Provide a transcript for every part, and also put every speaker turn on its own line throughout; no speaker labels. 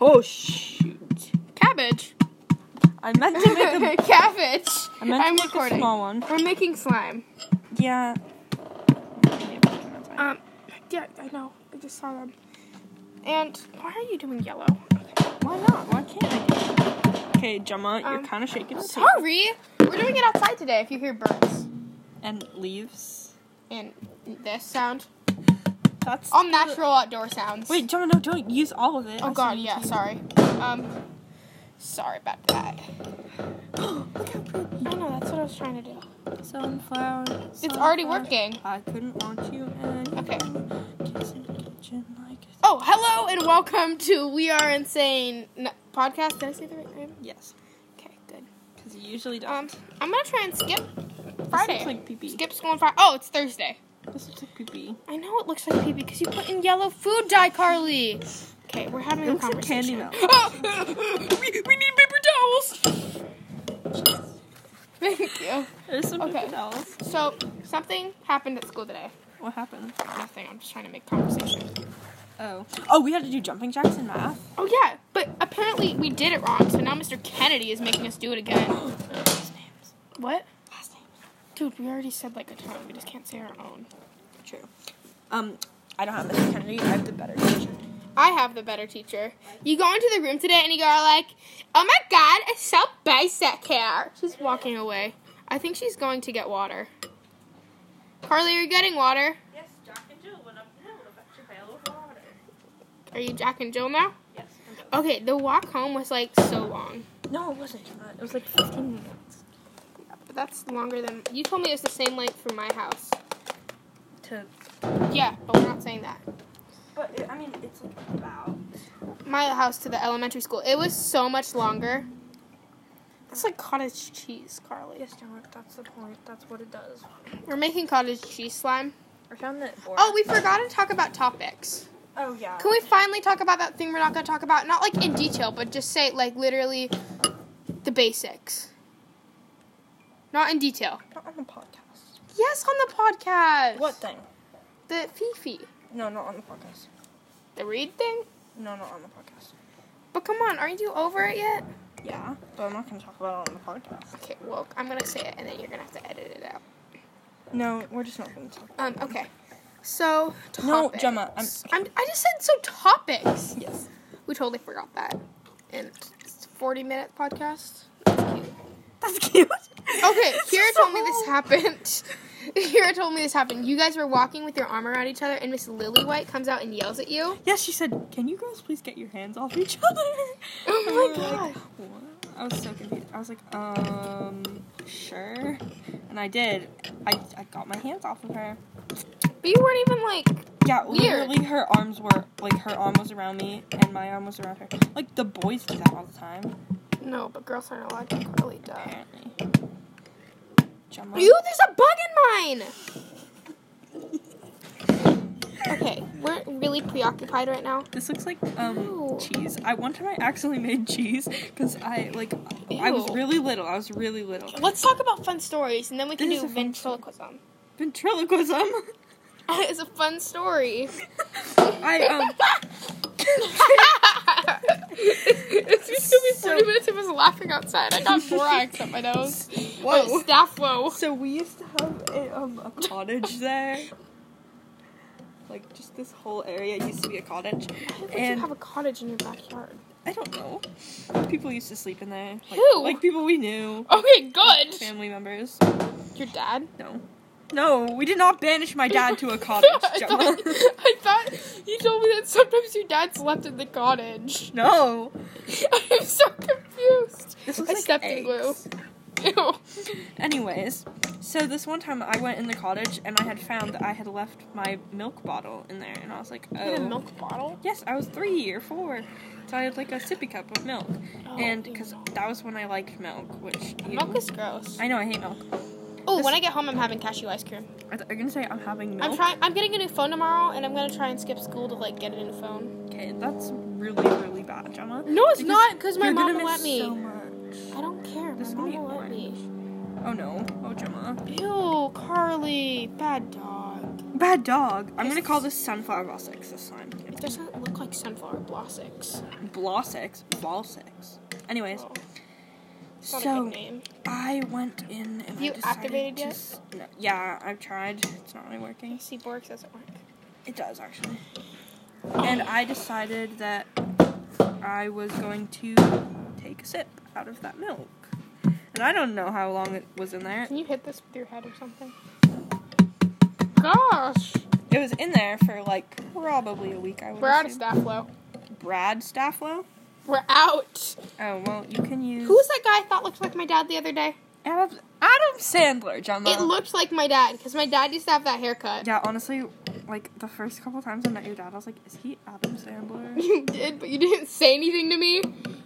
Oh shoot!
Cabbage.
I meant to make a.
Cabbage.
I meant to
I'm
make
recording.
a small one.
We're making slime.
Yeah.
Um, yeah, I know. I just saw them. And why are you doing yellow?
Why not? Why can't I? do- Okay, Gemma,
Um,
you're kind of shaking. too.
Sorry. We're doing it outside today. If you hear birds
And leaves.
and this sound,
That's
all natural outdoor sounds.
Wait, Gemma, no, don't use all of it.
Um, Oh
I
God.
said-
Yeah. Sorry. Um. Sorry about that.
Look how pretty.
I know. That's what I was trying to do. Oh,
Sunflower.
It's already working.
I couldn't want you anymore.
Okay.
Kiss in the kitchen like a-
Oh, hello and welcome to We Are Insane n- podcast. Did I say the right name?
Yes,
Okay. Good.
because you usually don't.
Um, I'm gonna try and skip
This
Friday.
looks like pee
skip school on Friday. Oh, it's Thursday.
This looks like pee
I know it looks like pee because you put in yellow food dye, Carly. Okay, we're having
It
a
looks like candy
conversation. we, we need paper towels. Thank you.
There's some
Okay.
okay. else.
So something happened at school today.
What happened?
Nothing. I'm just trying to make conversation.
Oh. Oh, we had to do jumping jacks in math.
Oh yeah, but apparently we did it wrong. So now Mr. Kennedy is making us do it again.
Last names.
What?
Last names.
Dude, we already said like a ton. We just can't say our own.
True. Um, I don't have Mr. Kennedy. I have the better teacher.
I have the better teacher. You go into the room today and you are like, oh my god, I so basic hair. She's walking away. I think she's going to get water. Carly, are you getting water?
Yes, Jack and Jill went up the hill to fetch a pail of water.
Are you Jack and Jill now?
Yes.
Okay, the walk home was like so long.
No, it wasn't. It was like 15 minutes
But that's longer than. You told me it was the same length from my house.
to.
Yeah, but we're not saying that.
But I mean, it's like about.
My house to the elementary school. It was so much longer. It's like cottage cheese, Carly.
John, that's the point. That's what it does.
We're making cottage cheese slime.
I found that board.
Oh, we forgot to talk about topics.
Oh yeah.
Can we finally talk about that thing we're not gonna talk about? Not like in detail, but just say like literally the basics. Not in detail.
Not on the podcast.
Yes, on the podcast.
What thing?
The Fifi.
No, not on the podcast.
The read thing?
No, not on the podcast.
But come on, aren't you over it yet?
Yeah, but I'm not going to talk about it on the podcast.
Okay, well, I'm gonna say it and then you're gonna have to edit it out.
No, we're just not going to talk.
Um, okay. So, topics.
No, Gemma, I'm-
I'm, I just said so topics.
Yes.
We totally forgot that. And it's a 40 minute podcast. That's cute.
That's cute.
Okay, Kira told me this happened. Kira told me this happened. You guys were walking with your arm around each other, and Miss Lily White comes out and yells at you.
Yes, she said, "Can you girls please get your hands off each other?" And we
Oh
were like, "What?" I was so confused. I was like, "Um, sure," and I did. I, I got my hands off of her.
But you weren't even like,
Yeah,
Weird.
literally, her arms were like her arm was around me and my arm was around her. Like the boys do that all the time,
no, but girls aren't allowed to Carly duh.
apparently. Gemma.
You, there's a bug in mine. Okay, we're really preoccupied right now.
This looks like um
Ew.
cheese. I one time I accidentally made cheese because I like I was
Ew.
really little. I was really little.
Let's talk about fun stories, and then we can
This
do
is a fun story.
ventriloquism.
Ventriloquism.
it's a fun story.
I um.
it's it's gonna be
So-
40 minutes of us laughing outside. I got borax up my nose.
Whoa.
Uh, staff low.
So we used to have a, um, a cottage there. Like just this whole area used to be a cottage,
And
and
you have a cottage in your backyard.
I don't know. People used to sleep in there. Like,
Who?
Like people we knew,
Okay, good.
family members.
Your dad?
No, no, we did not banish my dad to a cottage.
I,
Gemma.
thought, I thought you told me that sometimes your dad slept in the cottage.
no,
I'm so confused.
this was
I
like
stepped in
eggs.
glue. Ew.
Oh. Anyways, so this one time I went in the cottage and I had found that I had left my milk bottle in there, and I was like, oh.
In a milk bottle?
Yes, I was three or four. So I had like a sippy cup of milk. and because that was when I liked milk, which you,
Oh, Milk is gross.
I know I hate milk.
Oh,
this-
when I get home, I'm having cashew ice cream.
I th- you're gonna say I'm having milk.
I'm trying. I'm getting a new phone tomorrow, and I'm gonna try and skip school to like get a new phone.
okay, that's really really bad, Gemma.
No, it's
Because
not, because my
you're
mom
gonna
will
miss
let me.
So much.
I don't care. My
This
mom
will be
will let me.
Oh no, oh Gemma,
Ew, Carly, bad dog.
bad dog. I'm
This
gonna call
is-
this sunflower Sussex this time.
It doesn't look look like sunflower blossoms.
Blossix. Blossix. Anyways,
Oh, it's not a
so
good name.
I went in and
You
I decided
activated
to
yet?
s- no, yeah, I've tried. It's not really working.
See, Borg doesn't work.
It does actually. And I decided that I was going to take a sip out of that milk. And I don't know how long it was in there.
Can you hit this with your head or something? Gosh,
It was in there for like probably a week. I would.
we're out of
assume.
staff low.
Brad Stafflow.
We're out.
Oh well, you can use
Who's that guy I thought looked like my dad the other day?
Adam, Adam Sandler, John.
It looked like my dad because my dad used to have that haircut.
Yeah, honestly, like the first couple times I met your dad, I was like, is he Adam Sandler?
You did, but you didn't say anything to me.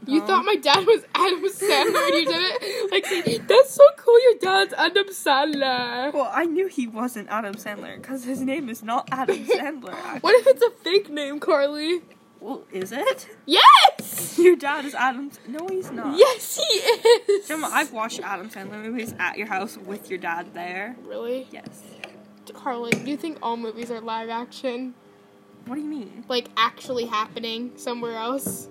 You
No.
thought my dad was Adam Sandler, and you did it like say, that's so cool. Your dad's Adam Sandler.
Well, I knew he wasn't Adam Sandler because his name is not Adam Sandler. actually.
What if it's a fake name, Carly?
Well, is it?
Yes.
Your dad is Adam. No, he's not.
Yes, he is.
Gemma, I've watched Adam Sandler movies at your house with your dad there.
really,
Yes.
Carly. Do you think all movies are live action,
What do you mean?
like actually happening somewhere else?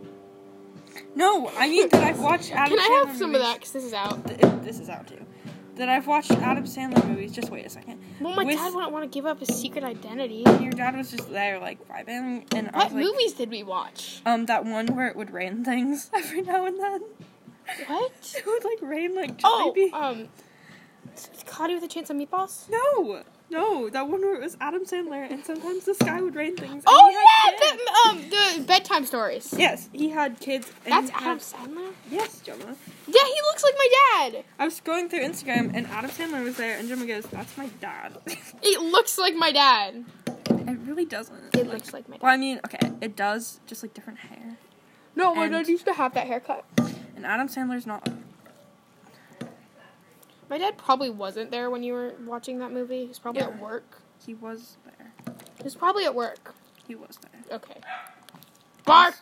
No, I mean that I've watched Adam.
Can I
Sandler
have some of
movies-
that? Because this is out.
Th- this is out too. That I've watched Adam Sandler movies. Just wait a second.
Well, my
With-
dad wouldn't want to give up his secret identity.
Your dad was just there, like vibing, and I
What
was like,
movies did we watch?
um, that one where it would rain things every now and then.
What?
It would like rain like
Oh,
jelly beans.
um, Cloudy with a Chance of Meatballs.
No, no, that one where it was Adam Sandler, and sometimes the sky would rain things. and
Oh
he had
yeah,
kids.
the, um, the bedtime stories.
Yes, he had kids. And
That's
he had-
Adam Sandler.
Yes, Gemma.
Yeah, he looks like my dad.
I was scrolling through Instagram and Adam Sandler was there, and Gemma goes, "That's my dad."
It looks like my dad.
it really doesn't.
It looks like my dad.
Well, I mean, okay, it does, just like different hair.
No,
my dad
used to have that haircut.
And Adam Sandler's not.
My dad probably wasn't there when you were watching that movie. He was probably
Yeah.
at work.
He was there.
He was probably at work.
He was there.
Okay. Bark.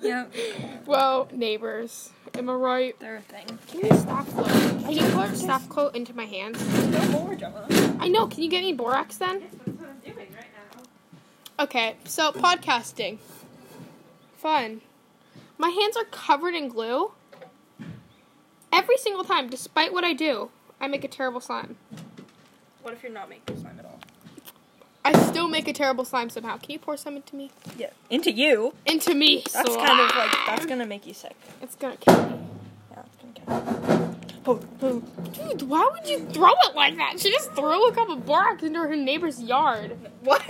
Yeah,
Well, neighbors. Am I right?
they're a thing.
Can you stop float? Can you put stop coat into my hands?
No more, Gemma.
I know. Can you get me borax then?
That's what I'm doing right now.
Okay, so podcasting. Fun. My hands are covered in glue. Every single time, despite what I do, I make a terrible slime.
What if you're not making slime at all?
I still make a terrible slime somehow. Can you pour some into me?
Yeah, into you.
Into me.
That's
slime.
kind of like that's gonna make you sick.
It's gonna kill me.
Yeah, that's gonna kill. You. Oh, oh.
Dude, why would you throw it like that? She just threw a cup of borax into her neighbor's yard.
What?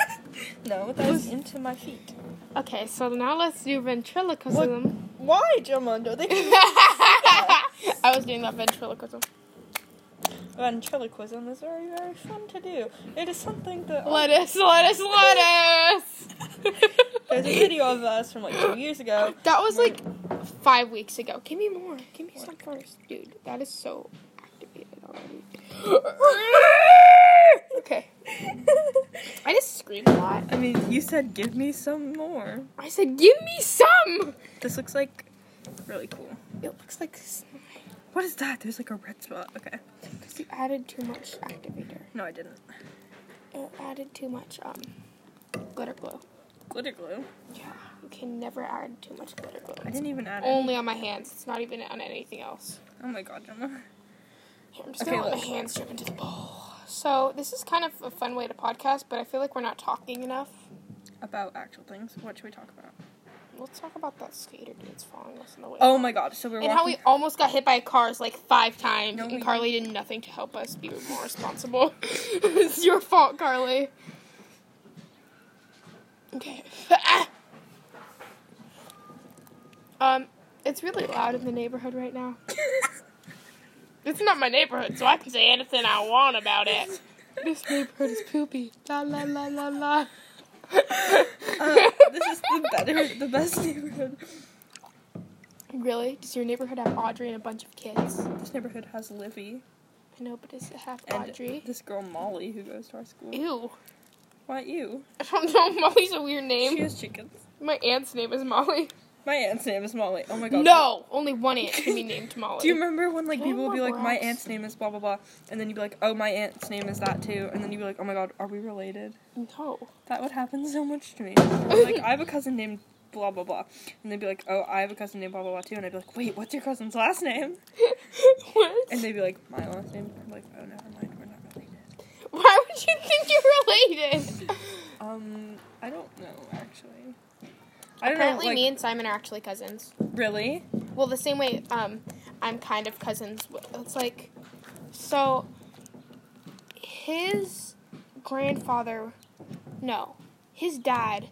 No, that was into my feet.
Okay, so now let's do ventriloquism.
Why, Jamondo? They
I was doing that ventriloquism.
ventriloquism is very, very fun to do. It is something that
Lettuce, lettuce, lettuce.
there's a video of us from like two years ago.
That was like five weeks ago. Give me more. Give me some first, dude. That is so activated already. okay. I just screamed a lot.
I mean, you said give me some more.
I said, "Give me some."
This looks like really cool.
It looks like s-
What is that? There's like a red spot. Okay.
you added too much activator.
No, I didn't.
You added too much um glitter glue.
Glitter glue.
Yeah, you can never add too much glitter
I
glue.
didn't even add it.
Only on my hands. It's not even on anything else.
Oh my god, Gemma.
Here, I'm just
Okay,
gonna let my
look.
hands drip into the bowl. So this is kind of a fun way to podcast, but I feel like we're not talking enough.
About actual things. What should we talk about?
Let's talk about that skater dude that's following us on the way.
Oh my god. So we're
and
walking.
how we almost got hit by cars like five times,
No, we
and Carly did nothing to help us be more responsible. it's your fault, Carly. Okay. um, it's really loud in the neighborhood right now. It's not my neighborhood, so I can say anything I want about it. This neighborhood is poopy. La la la la la.
Uh, this is the better, the best neighborhood.
Really? Does your neighborhood have Audrey and a bunch of kids?
This neighborhood has Livy
I know, but does it have
and
Audrey?
this girl Molly who goes to our school.
Ew.
Why you?
I don't know. Molly's a weird
She
name.
has chickens.
My aunt's name is Molly.
My aunt's name is Molly. Oh my god.
No, only one aunt can be named Molly.
Do you remember when like people
Oh,
would be like, my
gross.
aunt's name is blah blah blah, and then you'd be like, oh my aunt's name is that too, and then you'd be like, oh my god, are we related?
No. That
That would happen so much to me. I'd be like I have a cousin named blah blah blah, and they'd be like, oh I have a cousin named blah blah blah too, and I'd be like, wait, what's your cousin's last name?
what?
And they'd be like, my last name. I'm like, oh never mind, we're not related.
Why would you think you're related?
Um, I don't know actually. I don't
Apparently,
know. Like,
me and Simon are actually cousins.
really?
Well, the same way um, I'm kind of cousins. with- It's like, so his grandfather, no, his dad,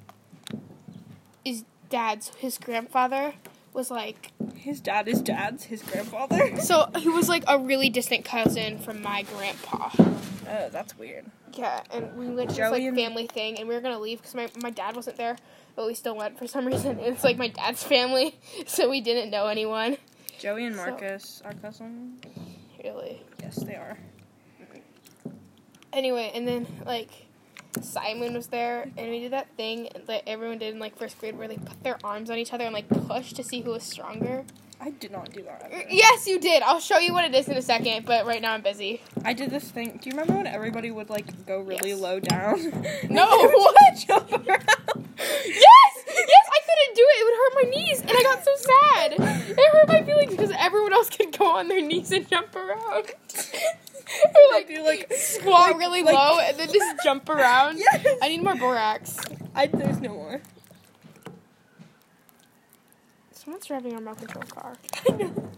is dad's, his grandfather was like,
His dad is dad's. His grandfather.
so he was like a really distant cousin from my grandpa.
Oh, that's weird.
Yeah, and we went to this
Joey
like
and-
family thing, and we were gonna leave because my, my dad wasn't there, but we still went for some reason. It's like my dad's family, so we didn't know anyone.
Joey and
So-
Marcus are cousins.
Really.
Yes, they are.
anyway, and then like Simon was there, and we did that thing that everyone did in like first grade, where they put their arms on each other and like push to see who was stronger.
I did not do that.
Er,
Ever.
Yes, you did. I'll show you what it is in a second, but right now I'm busy.
I did this thing. Do you remember when everybody would like go really
Yes.
low down?
No,
They would
what?
Jump around.
Yes, yes, I couldn't do it. It would hurt my knees, and I got so sad. It hurt my feelings because everyone else could go on their knees and jump around. or like,
do, like-
squat
like-
really
like-
low and then just jump around.
Yes.
I need more borax.
I, there's no more.
Someone's driving a remote control car.
I know.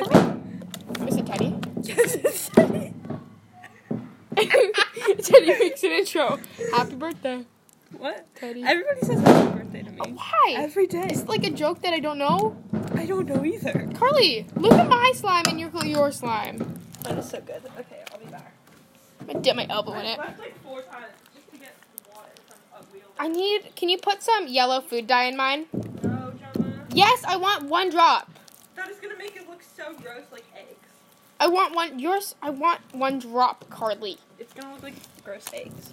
I think-
Is it Teddy?
yes.
Teddy makes an intro. Happy birthday,
what?
Teddy.
Everybody says happy birthday to
Oh,
me.
Why?
Every day.
it's like a joke that I don't know.
I don't know either.
Carly, look at my slime and your your slime.
That is so good. Okay, I'll be back.
I'm gonna dip my elbow in
I
it.
left like four times just to get the water from a wheel.
I need. Can you put some yellow food dye in mine?
No, Gemma.
Yes, I want one drop.
That is gonna make it look so gross, like eggs.
I want one. Yours. I want one drop, Carly.
It's gonna look like gross eggs.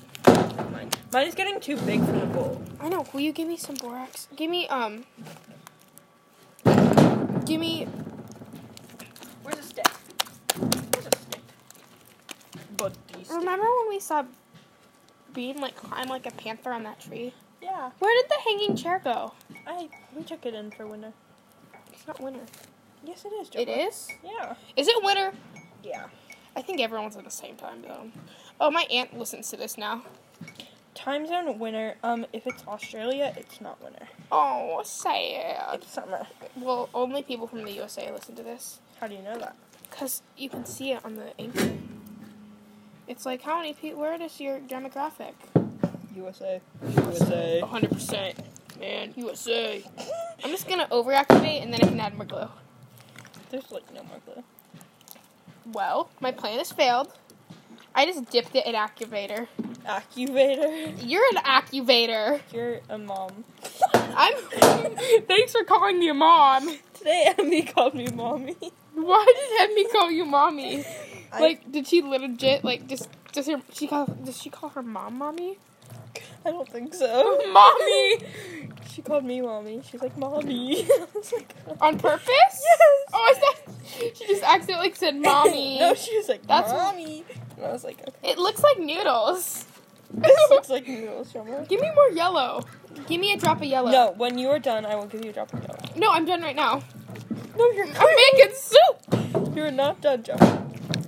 Mine. Mine is getting too big for the bowl.
I know. Will you give me some borax? Give me um. Give me.
Where's a stick? Where's a stick? But these.
Remember when we saw Bean like climb like a panther on that tree?
Yeah,
Where did the hanging chair go?
I we took it in for winter.
It's not winter.
Yes, it is.
It is?
Yeah.
Is it winter?
Yeah.
I think everyone's at the same time though. Oh, my aunt listens to this now.
Time zone winter. Um, if it's Australia, it's not winter.
Oh, sad.
It's summer.
Well, only people from the USA listen to this.
How do you know that?
Because you can see it on the anchor. It's like, how many people, where is your demographic?
USA. USA.
100%. Man, USA. I'm just gonna overactivate and then I can add more glue.
There's like no more glue.
Well, my plan has failed. I just dipped it in activator.
Accuvator.
You're an activator.
You're a mom.
I'm. Thanks for calling me mom.
Today, Emmy called me mommy.
Why did Emmy call you mommy?
I-
Like, did she legit like just does her she call does she call her mom mommy?
I don't think so.
Mommy
She called me mommy. She's like mommy. I was like,
on purpose?
Yes.
Oh, I thought she just accidentally like, said mommy.
no, she was like
That's-
mommy. And I was like, okay.
it looks like noodles.
This looks like noodles from her.
Give me more yellow. Give me a drop of yellow.
No, when you are done, I will give you a drop of yellow.
No, I'm done right now.
No, you're
I'm making soup.
You're not done, Joe.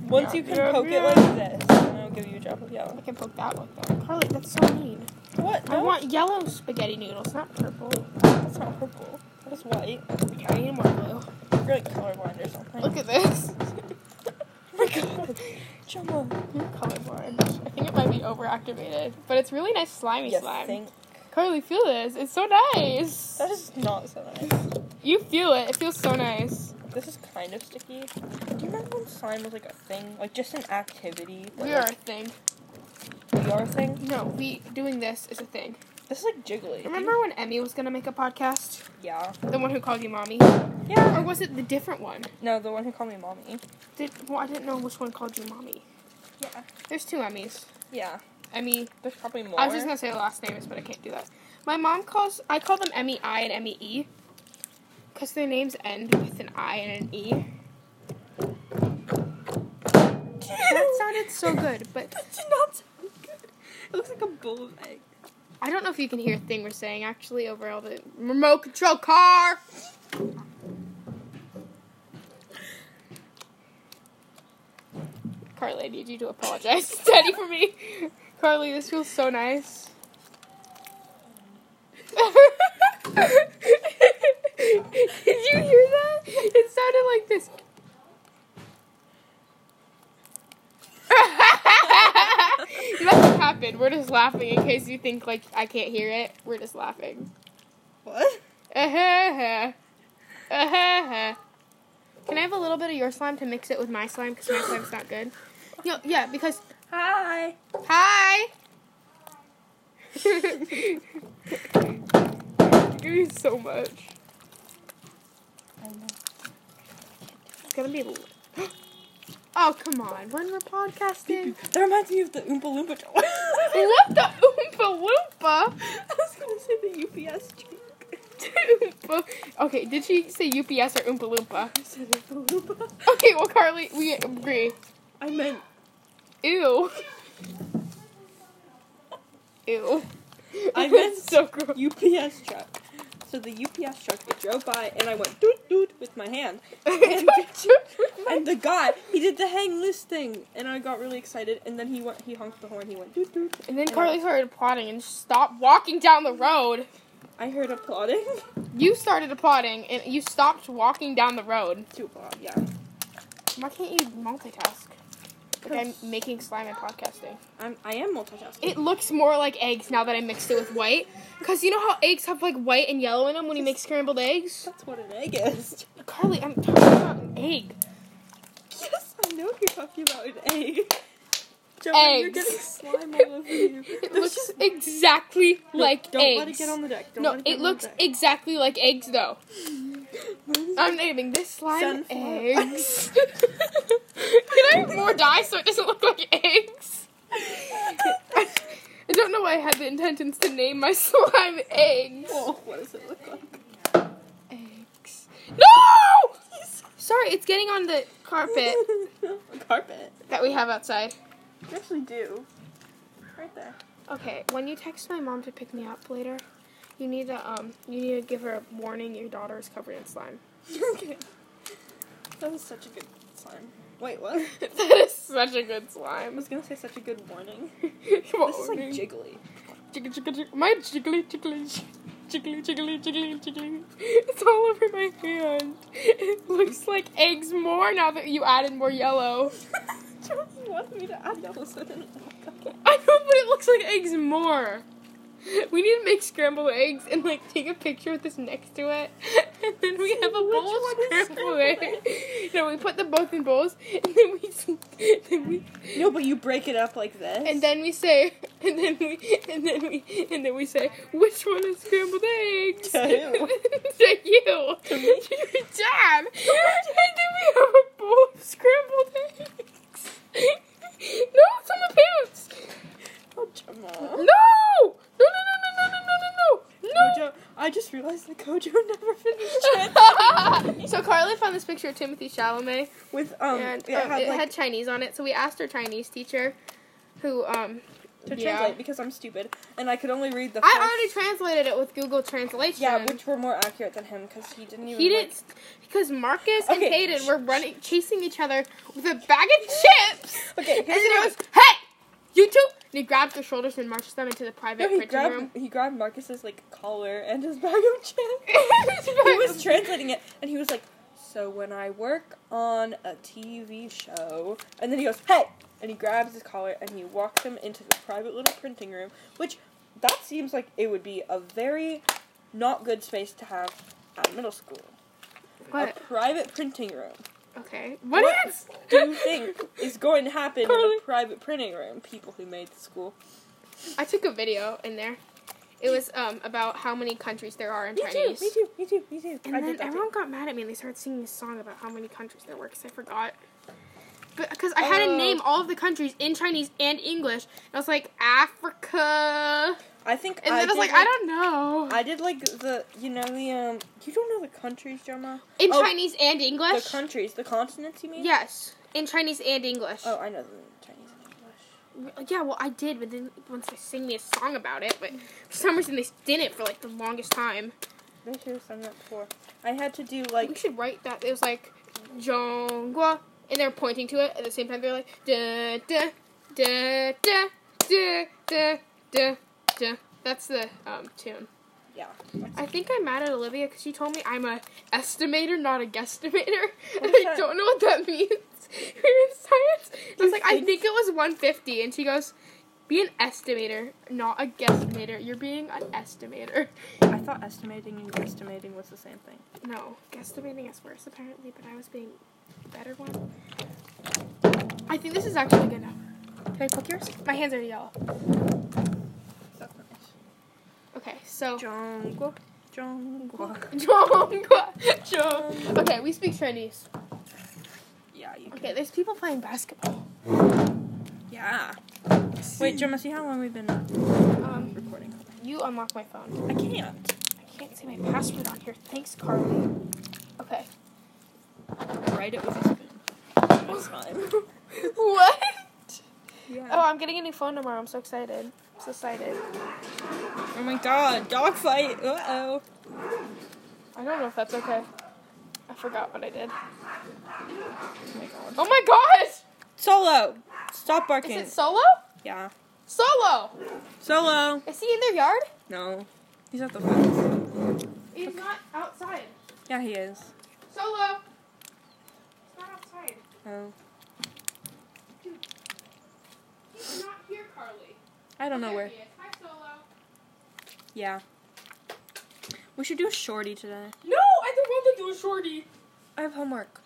Once you can
Yeah.
poke it like this, and I'll give you a drop of yellow.
I can poke that one. though. Carly, that's so mean.
What?
I
No,
want yellow spaghetti noodles, not purple.
that's not purple. That's white.
I need more blue.
You're like colorblind or something.
Look at this.
Oh my god. Jumbo.
You're colorblind. I think it might be overactivated, but it's really nice slimy
Yes,
slime.
think.
Carly, feel this. It's so nice.
That is not so nice.
You feel it. It feels so nice.
This is kind of sticky. Do you remember when slime was like a thing? Like just an activity? that,
We are a
like,
thing.
We are a thing?
No, we doing this is a thing.
This is like jiggly.
Remember when Emmy was gonna make a podcast?
Yeah.
The one who called you mommy,
Yeah.
or was it the different one?
No, the one who called me mommy.
Did well, I didn't know which one called you mommy.
Yeah.
There's two Emmys.
Yeah.
Emmy.
There's probably more.
I was just gonna say the last names, but I can't do that. My mom calls. I call them Emmy I and Emmy E. because their names end with an I and an E. That sounded so good, but
That did not sound good. It looks like a bowl of egg.
I don't know if you can hear a thing we're saying actually over all the remote control car. Carly, I need you to apologize to Daddy for me. Carly, this feels so nice. Did you hear that? It sounded like this. Nothing happened. We're just laughing in case you think like I can't hear it. We're just laughing.
What?
Uh-huh. Uh-huh. Can I have a little bit of your slime to mix it with my slime? Because my slime's not good. No, yeah, because.
Hi.
Hi! you do so much.
I know.
It's gonna be. l- Oh, come on. When we're podcasting.
That reminds me of the Oompa Loompa joke. I
what the Oompa Loompa?
was gonna say the UPS joke.
Oompa- okay, did she say UPS or Oompa Loompa?
I said Oompa Loompa.
Okay, well, Carly, we agree.
I meant
Ew. Ew.
I meant
That's so gross.
UPS truck. So the UPS truck they drove by, and I went doot doot with my hand. And, and the guy, he did the hang loose thing, and I got really excited. And then he went, he honked the horn. He went doot doot.
And then Carly started applauding and stopped walking down the road.
I heard applauding.
You started applauding and you stopped walking down the road.
To applaud, yeah.
Why can't you multitask? Like I'm making slime and podcasting.
I'm, I am multitasking.
It looks more like eggs now that I mixed it with white. Because you know how eggs have like white and yellow in them when you make scrambled eggs?
That's what an egg is.
Carly, I'm talking about an egg.
Yes, I know you're talking about an egg. Joey, you're
Eggs.
getting slime all over you.
It
There's
looks
just-
exactly
No,
like
Don't
eggs.
let it get on the deck. Don't
no,
let it,
it,
get on
looks
the deck.
exactly like eggs though.
What is
I'm naming this slime
Sunflower.
eggs. Can I have more dye so it doesn't look like eggs? I, I don't know why I had the intentions to name my slime eggs.
Oh, what does it look like?
Eggs. No! Sorry, it's getting on the carpet
Carpet.
that we have outside.
You actually do. Right there.
Okay, when you text my mom to pick me up later, you need to um you need to give her a warning your daughter is covered in slime.
okay. That was such a good slime. Wait, what?
that is such a good
I
slime.
was gonna say such a good warning. This is like
Warning.
jiggly.
Jiggle, jiggle, jiggle. My jiggly, jiggly, j- jiggly, jiggly, jiggly, jiggly. It's all over my hand. It looks like eggs more now that you added more yellow.
Joey wants me to add yellow so it doesn't look like it.
I know, but it looks like eggs more. We need to make scrambled eggs and like take a picture with this next to it, and then we have a bowl of
one is
scrambled
scrambled
eggs. No, we put them both in bowls, and then we, then we,
No, but you break it up like this.
and then we say, and then we, and then we, and then we say, which one is scrambled eggs?
To who?
to you. To
me?
your dad. and then we have a bowl of scrambled eggs. no, it's on my pants.
Oh, Jamal.
No! No! No! No! No! No! No! No! No!
Kojo, Oh, I just realized that Kojo never finished it.
no. so Carly found this picture of Timothy Chalamet,
With, um,
and
it
um,
had,
it
like,
had Chinese on it. So we asked our Chinese teacher, who um,
to
yeah.
translate because I'm stupid. And I could only read the first.
I already translated it with Google Translation.
Yeah, which were more accurate than him because he didn't even.
he
like-
didn't, because Marcus and
Okay.
Hayden were running, chasing each other with a bag of chips.
Okay,
and then
here's
it
what-
was, "Hey, you two!" And he grabbed their shoulders and marched them into the private
No, he
printing room.
grabbed he grabbed Marcus's like collar and his bag of chips. he was translating it, and he was like, "So when I work on a TV show," and then he goes, "Hey!" and he grabs his collar and he walks him into the private little printing room, which that seems like it would be a very not good space to have at middle school.
What?
A private printing room.
Okay. What,
What
is?
Do you think is going to happen in
Carly.
a private printing room? People who made the school.
I took a video in there. It was um about how many countries there are in
Me too.
Chinese.
Me too. Me too. Me too.
And
I
then
did that too.
everyone got mad at me and they started singing a song about how many countries there were because I forgot. But because I had to
Oh.
name all of the countries in Chinese and English, and I was like Africa,
I think
And
I
then I was
did,
like, I don't know.
I did like the you know the um you don't know the countries, Gemma.
In
oh,
Chinese and
The
English?
countries, the continents, you mean?
yes. In Chinese and English.
Oh, I know the Chinese and English.
Yeah, well, I did, but then once they sing me a song about it, but for some reason they didn't for like the longest time.
They should have sung that before. I had to do
we
like
should write that. It was like Zhonghua, and they're pointing to it at the same time. They're like da da da da da da da da. That's the um, tune.
yeah.
I think I'm mad at Olivia because she told me I'm a estimator, not a guesstimator. And
What's
I
that?
don't know what that means. We're in science. I was like, I
It's-
think it was 150, and she goes, "Be an estimator, not a guesstimator. You're being an estimator."
I thought estimating and guesstimating was the same thing.
No, guesstimating is worse apparently, but I was being the better one. I think this is actually good enough. Can I poke yours? My hands are yellow.
That's nice.
Okay, so.
Jungle, jungle.
Jong. Okay, we speak Chinese.
Yeah, you can.
Okay, there's people playing basketball.
Yeah. Wait, Gemma, see how long we've been
Um,
recording.
you unlock my phone.
I can't.
I can't see my password on here. Thanks, Carly. Okay.
Write it with a spoon. This time.
what? Oh,
Yeah.
I'm getting a new phone tomorrow. I'm so excited. I'm so excited.
Oh my god, dog fight. Uh oh.
I don't know if that's okay. I forgot what I did.
Oh my god.
Oh my gosh!
Solo. Stop barking.
Is it solo?
yeah.
Solo!
Solo.
Is he in their yard?
No. He's at the fence.
He's not outside.
Yeah, he is.
Solo! He's not outside.
Oh.
He's not here, Carly.
I don't know where.
Hi, Solo.
Yeah. We should do a shorty today.
No, I don't want to do a shorty.
I have homework.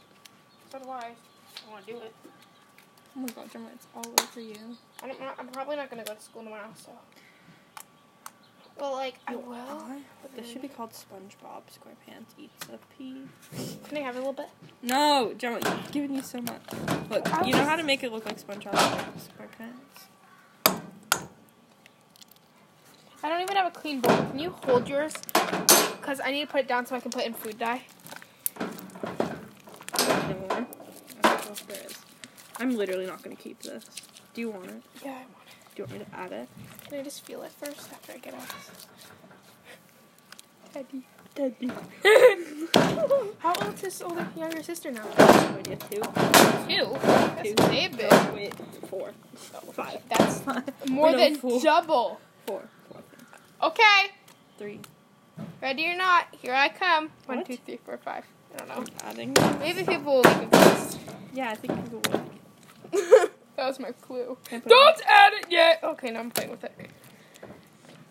So do I. I want to do it.
Oh my god, Gemma, it's all over you.
I don't, I'm probably not going to go to school tomorrow, so. Well, like, I will.
This should be called SpongeBob SquarePants Eats a Pea.
Can I have a little bit?
No, Gemma, you've given me so much. Look, you know how to make it look like SpongeBob SquarePants?
I don't even have a clean bowl. Can you hold yours? Because I need to put it down so I can put in food dye.
Anymore. I don't know if there is. I'm literally not gonna keep this. Do you want it?
Yeah, I want it.
Do you want me to add it?
Can I just feel it first after I get out? Teddy.
Daddy.
How old is his older younger sister now?
No idea. Two.
Two.
Two.
That's baby.
Oh, wait. Four. Five.
That's
Five.
more
Wait, no,
than
four.
double.
Four. Four.
Okay.
Three.
Ready or not, here I come. One,
What?
two, three, four, five. I don't know.
I'm adding.
Maybe people will be confused.
Oh. Yeah, I think people will.
that was my clue.
Can I put it
Don't add it yet. Okay, now I'm playing with it.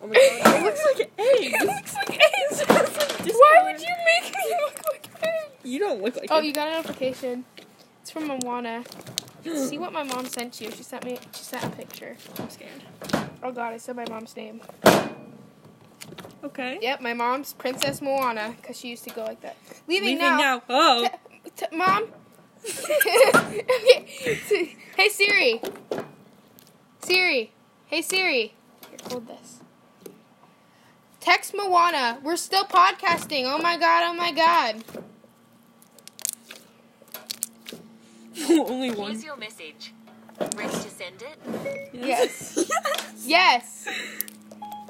Oh my god, it looks like
It
eggs.
looks like eggs. Why
discolored.
would you make me look like eggs?
You don't look like
Oh,
it.
you got a notification. It's from Moana. See what my mom sent you. She sent me. She sent a picture.
I'm scared.
Oh God, I said my mom's name.
Okay.
Yep, my mom's Princess Moana because she used to go like that. Leaving,
Leaving
now.
now. Oh.
T- mom. okay. T- hey Siri. Siri. Hey Siri. Here, hold this. Text Moana. We're still podcasting. Oh my God. Oh my God.
Only one.
Here's your message. Ready to send it?
Yes.
Yes.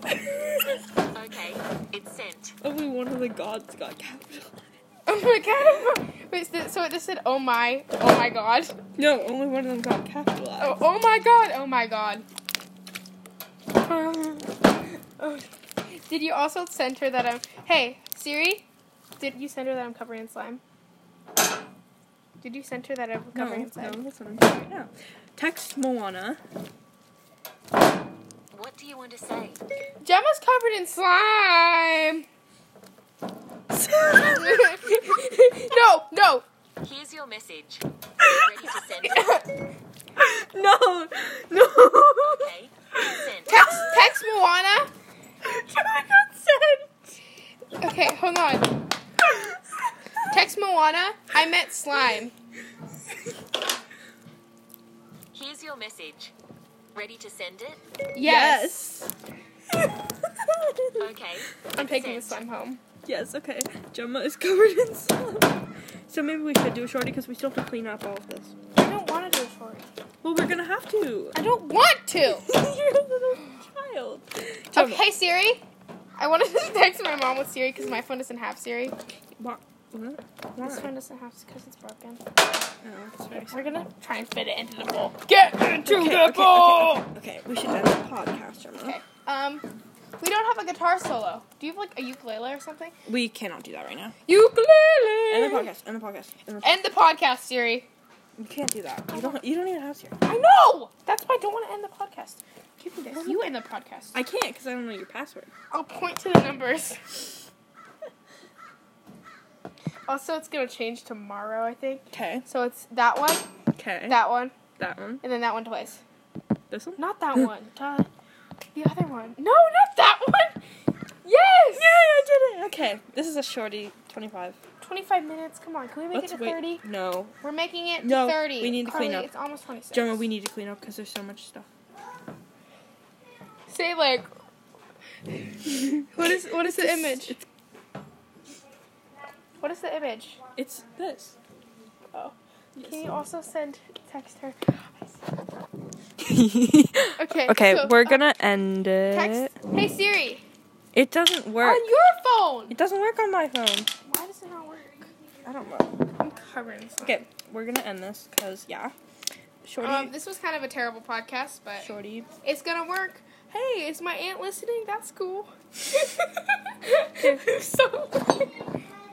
Okay, it's sent.
Only one of the gods got capitalized.
Oh my god! Wait, so- so it just said, "Oh my, oh my god,
No, only one of them got capitalized.
oh, oh my god, oh my god."
Um, oh.
Did you also send her that I'm? Hey Siri, did you send her that I'm covered in slime? Did you send her that I'm
no,
covered
no,
in slime?
that's what I'm doing right now. Text Moana.
What do you want to say?
Gemma's covered in slime. no, no.
Here's your message. Ready to send it?
no, no.
Okay, it's sent.
Text, text Moana.
Gemma got sent.
Okay, hold on. Text Moana. I meant slime.
Here's your message. Ready to send it?
Yes.
Okay.
I'm taking
Sent.
this one home.
Yes, okay. Gemma is covered in slime. So maybe we should do a shorty because we still have to clean up all of this.
I don't want to do a short.
Well, we're gonna have to.
I don't want to.
You're a little child. Gemma,
Okay, Siri. I want to text my mom with Siri because my phone doesn't have Siri.
wha- what? Why?
This phone doesn't have because it's broken.
Oh, that's very
We're gonna try and fit it into the bowl. Get into
Okay,
the
okay, okay,
bowl.
Okay, we should end the podcast, Gemma.
Okay. Um, we don't have a guitar solo. Do you have like a ukulele or something?
We cannot do that right now.
Ukulele.
End the podcast. End the podcast. End the
End the podcast, Siri.
you can't do that. You don't. You don't even have to.
I know. That's why I don't want to end the podcast. Give me this. You end the podcast.
I can't because I don't know your password.
I'll point to the numbers. also, it's gonna change tomorrow, I think.
Okay.
So it's that one,
Okay.
that one,
that one.
and then that one twice.
This one.
Not that one. Duh. The other one. No, not that one. Yes.
Yay! I did it. Okay. This is a shorty. Twenty-five.
Twenty-five minutes. Come on. Can we make
Let's
it to
wait.
thirty?
No,
We're making it
No,
to thirty.
we need to
Carly,
clean up.
It's almost twenty-six.
Gemma, we need to clean up because there's so much stuff.
say like. what is what is the image?
It's,
What is the image?
it's this.
Oh.
Yes.
Can you also send text her?
okay,
Okay. so,
we're
uh,
gonna end it.
text. Hey Siri.
It doesn't work.
On your phone.
it doesn't work on my phone.
Why does it not work?
I don't know.
I'm covering. this one.
Okay, we're gonna end this because yeah, shorty,
Um, this was kind of a terrible podcast, but
shorty.
it's gonna work. Hey, is my aunt listening? That's cool. so.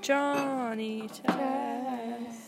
Johnny Test.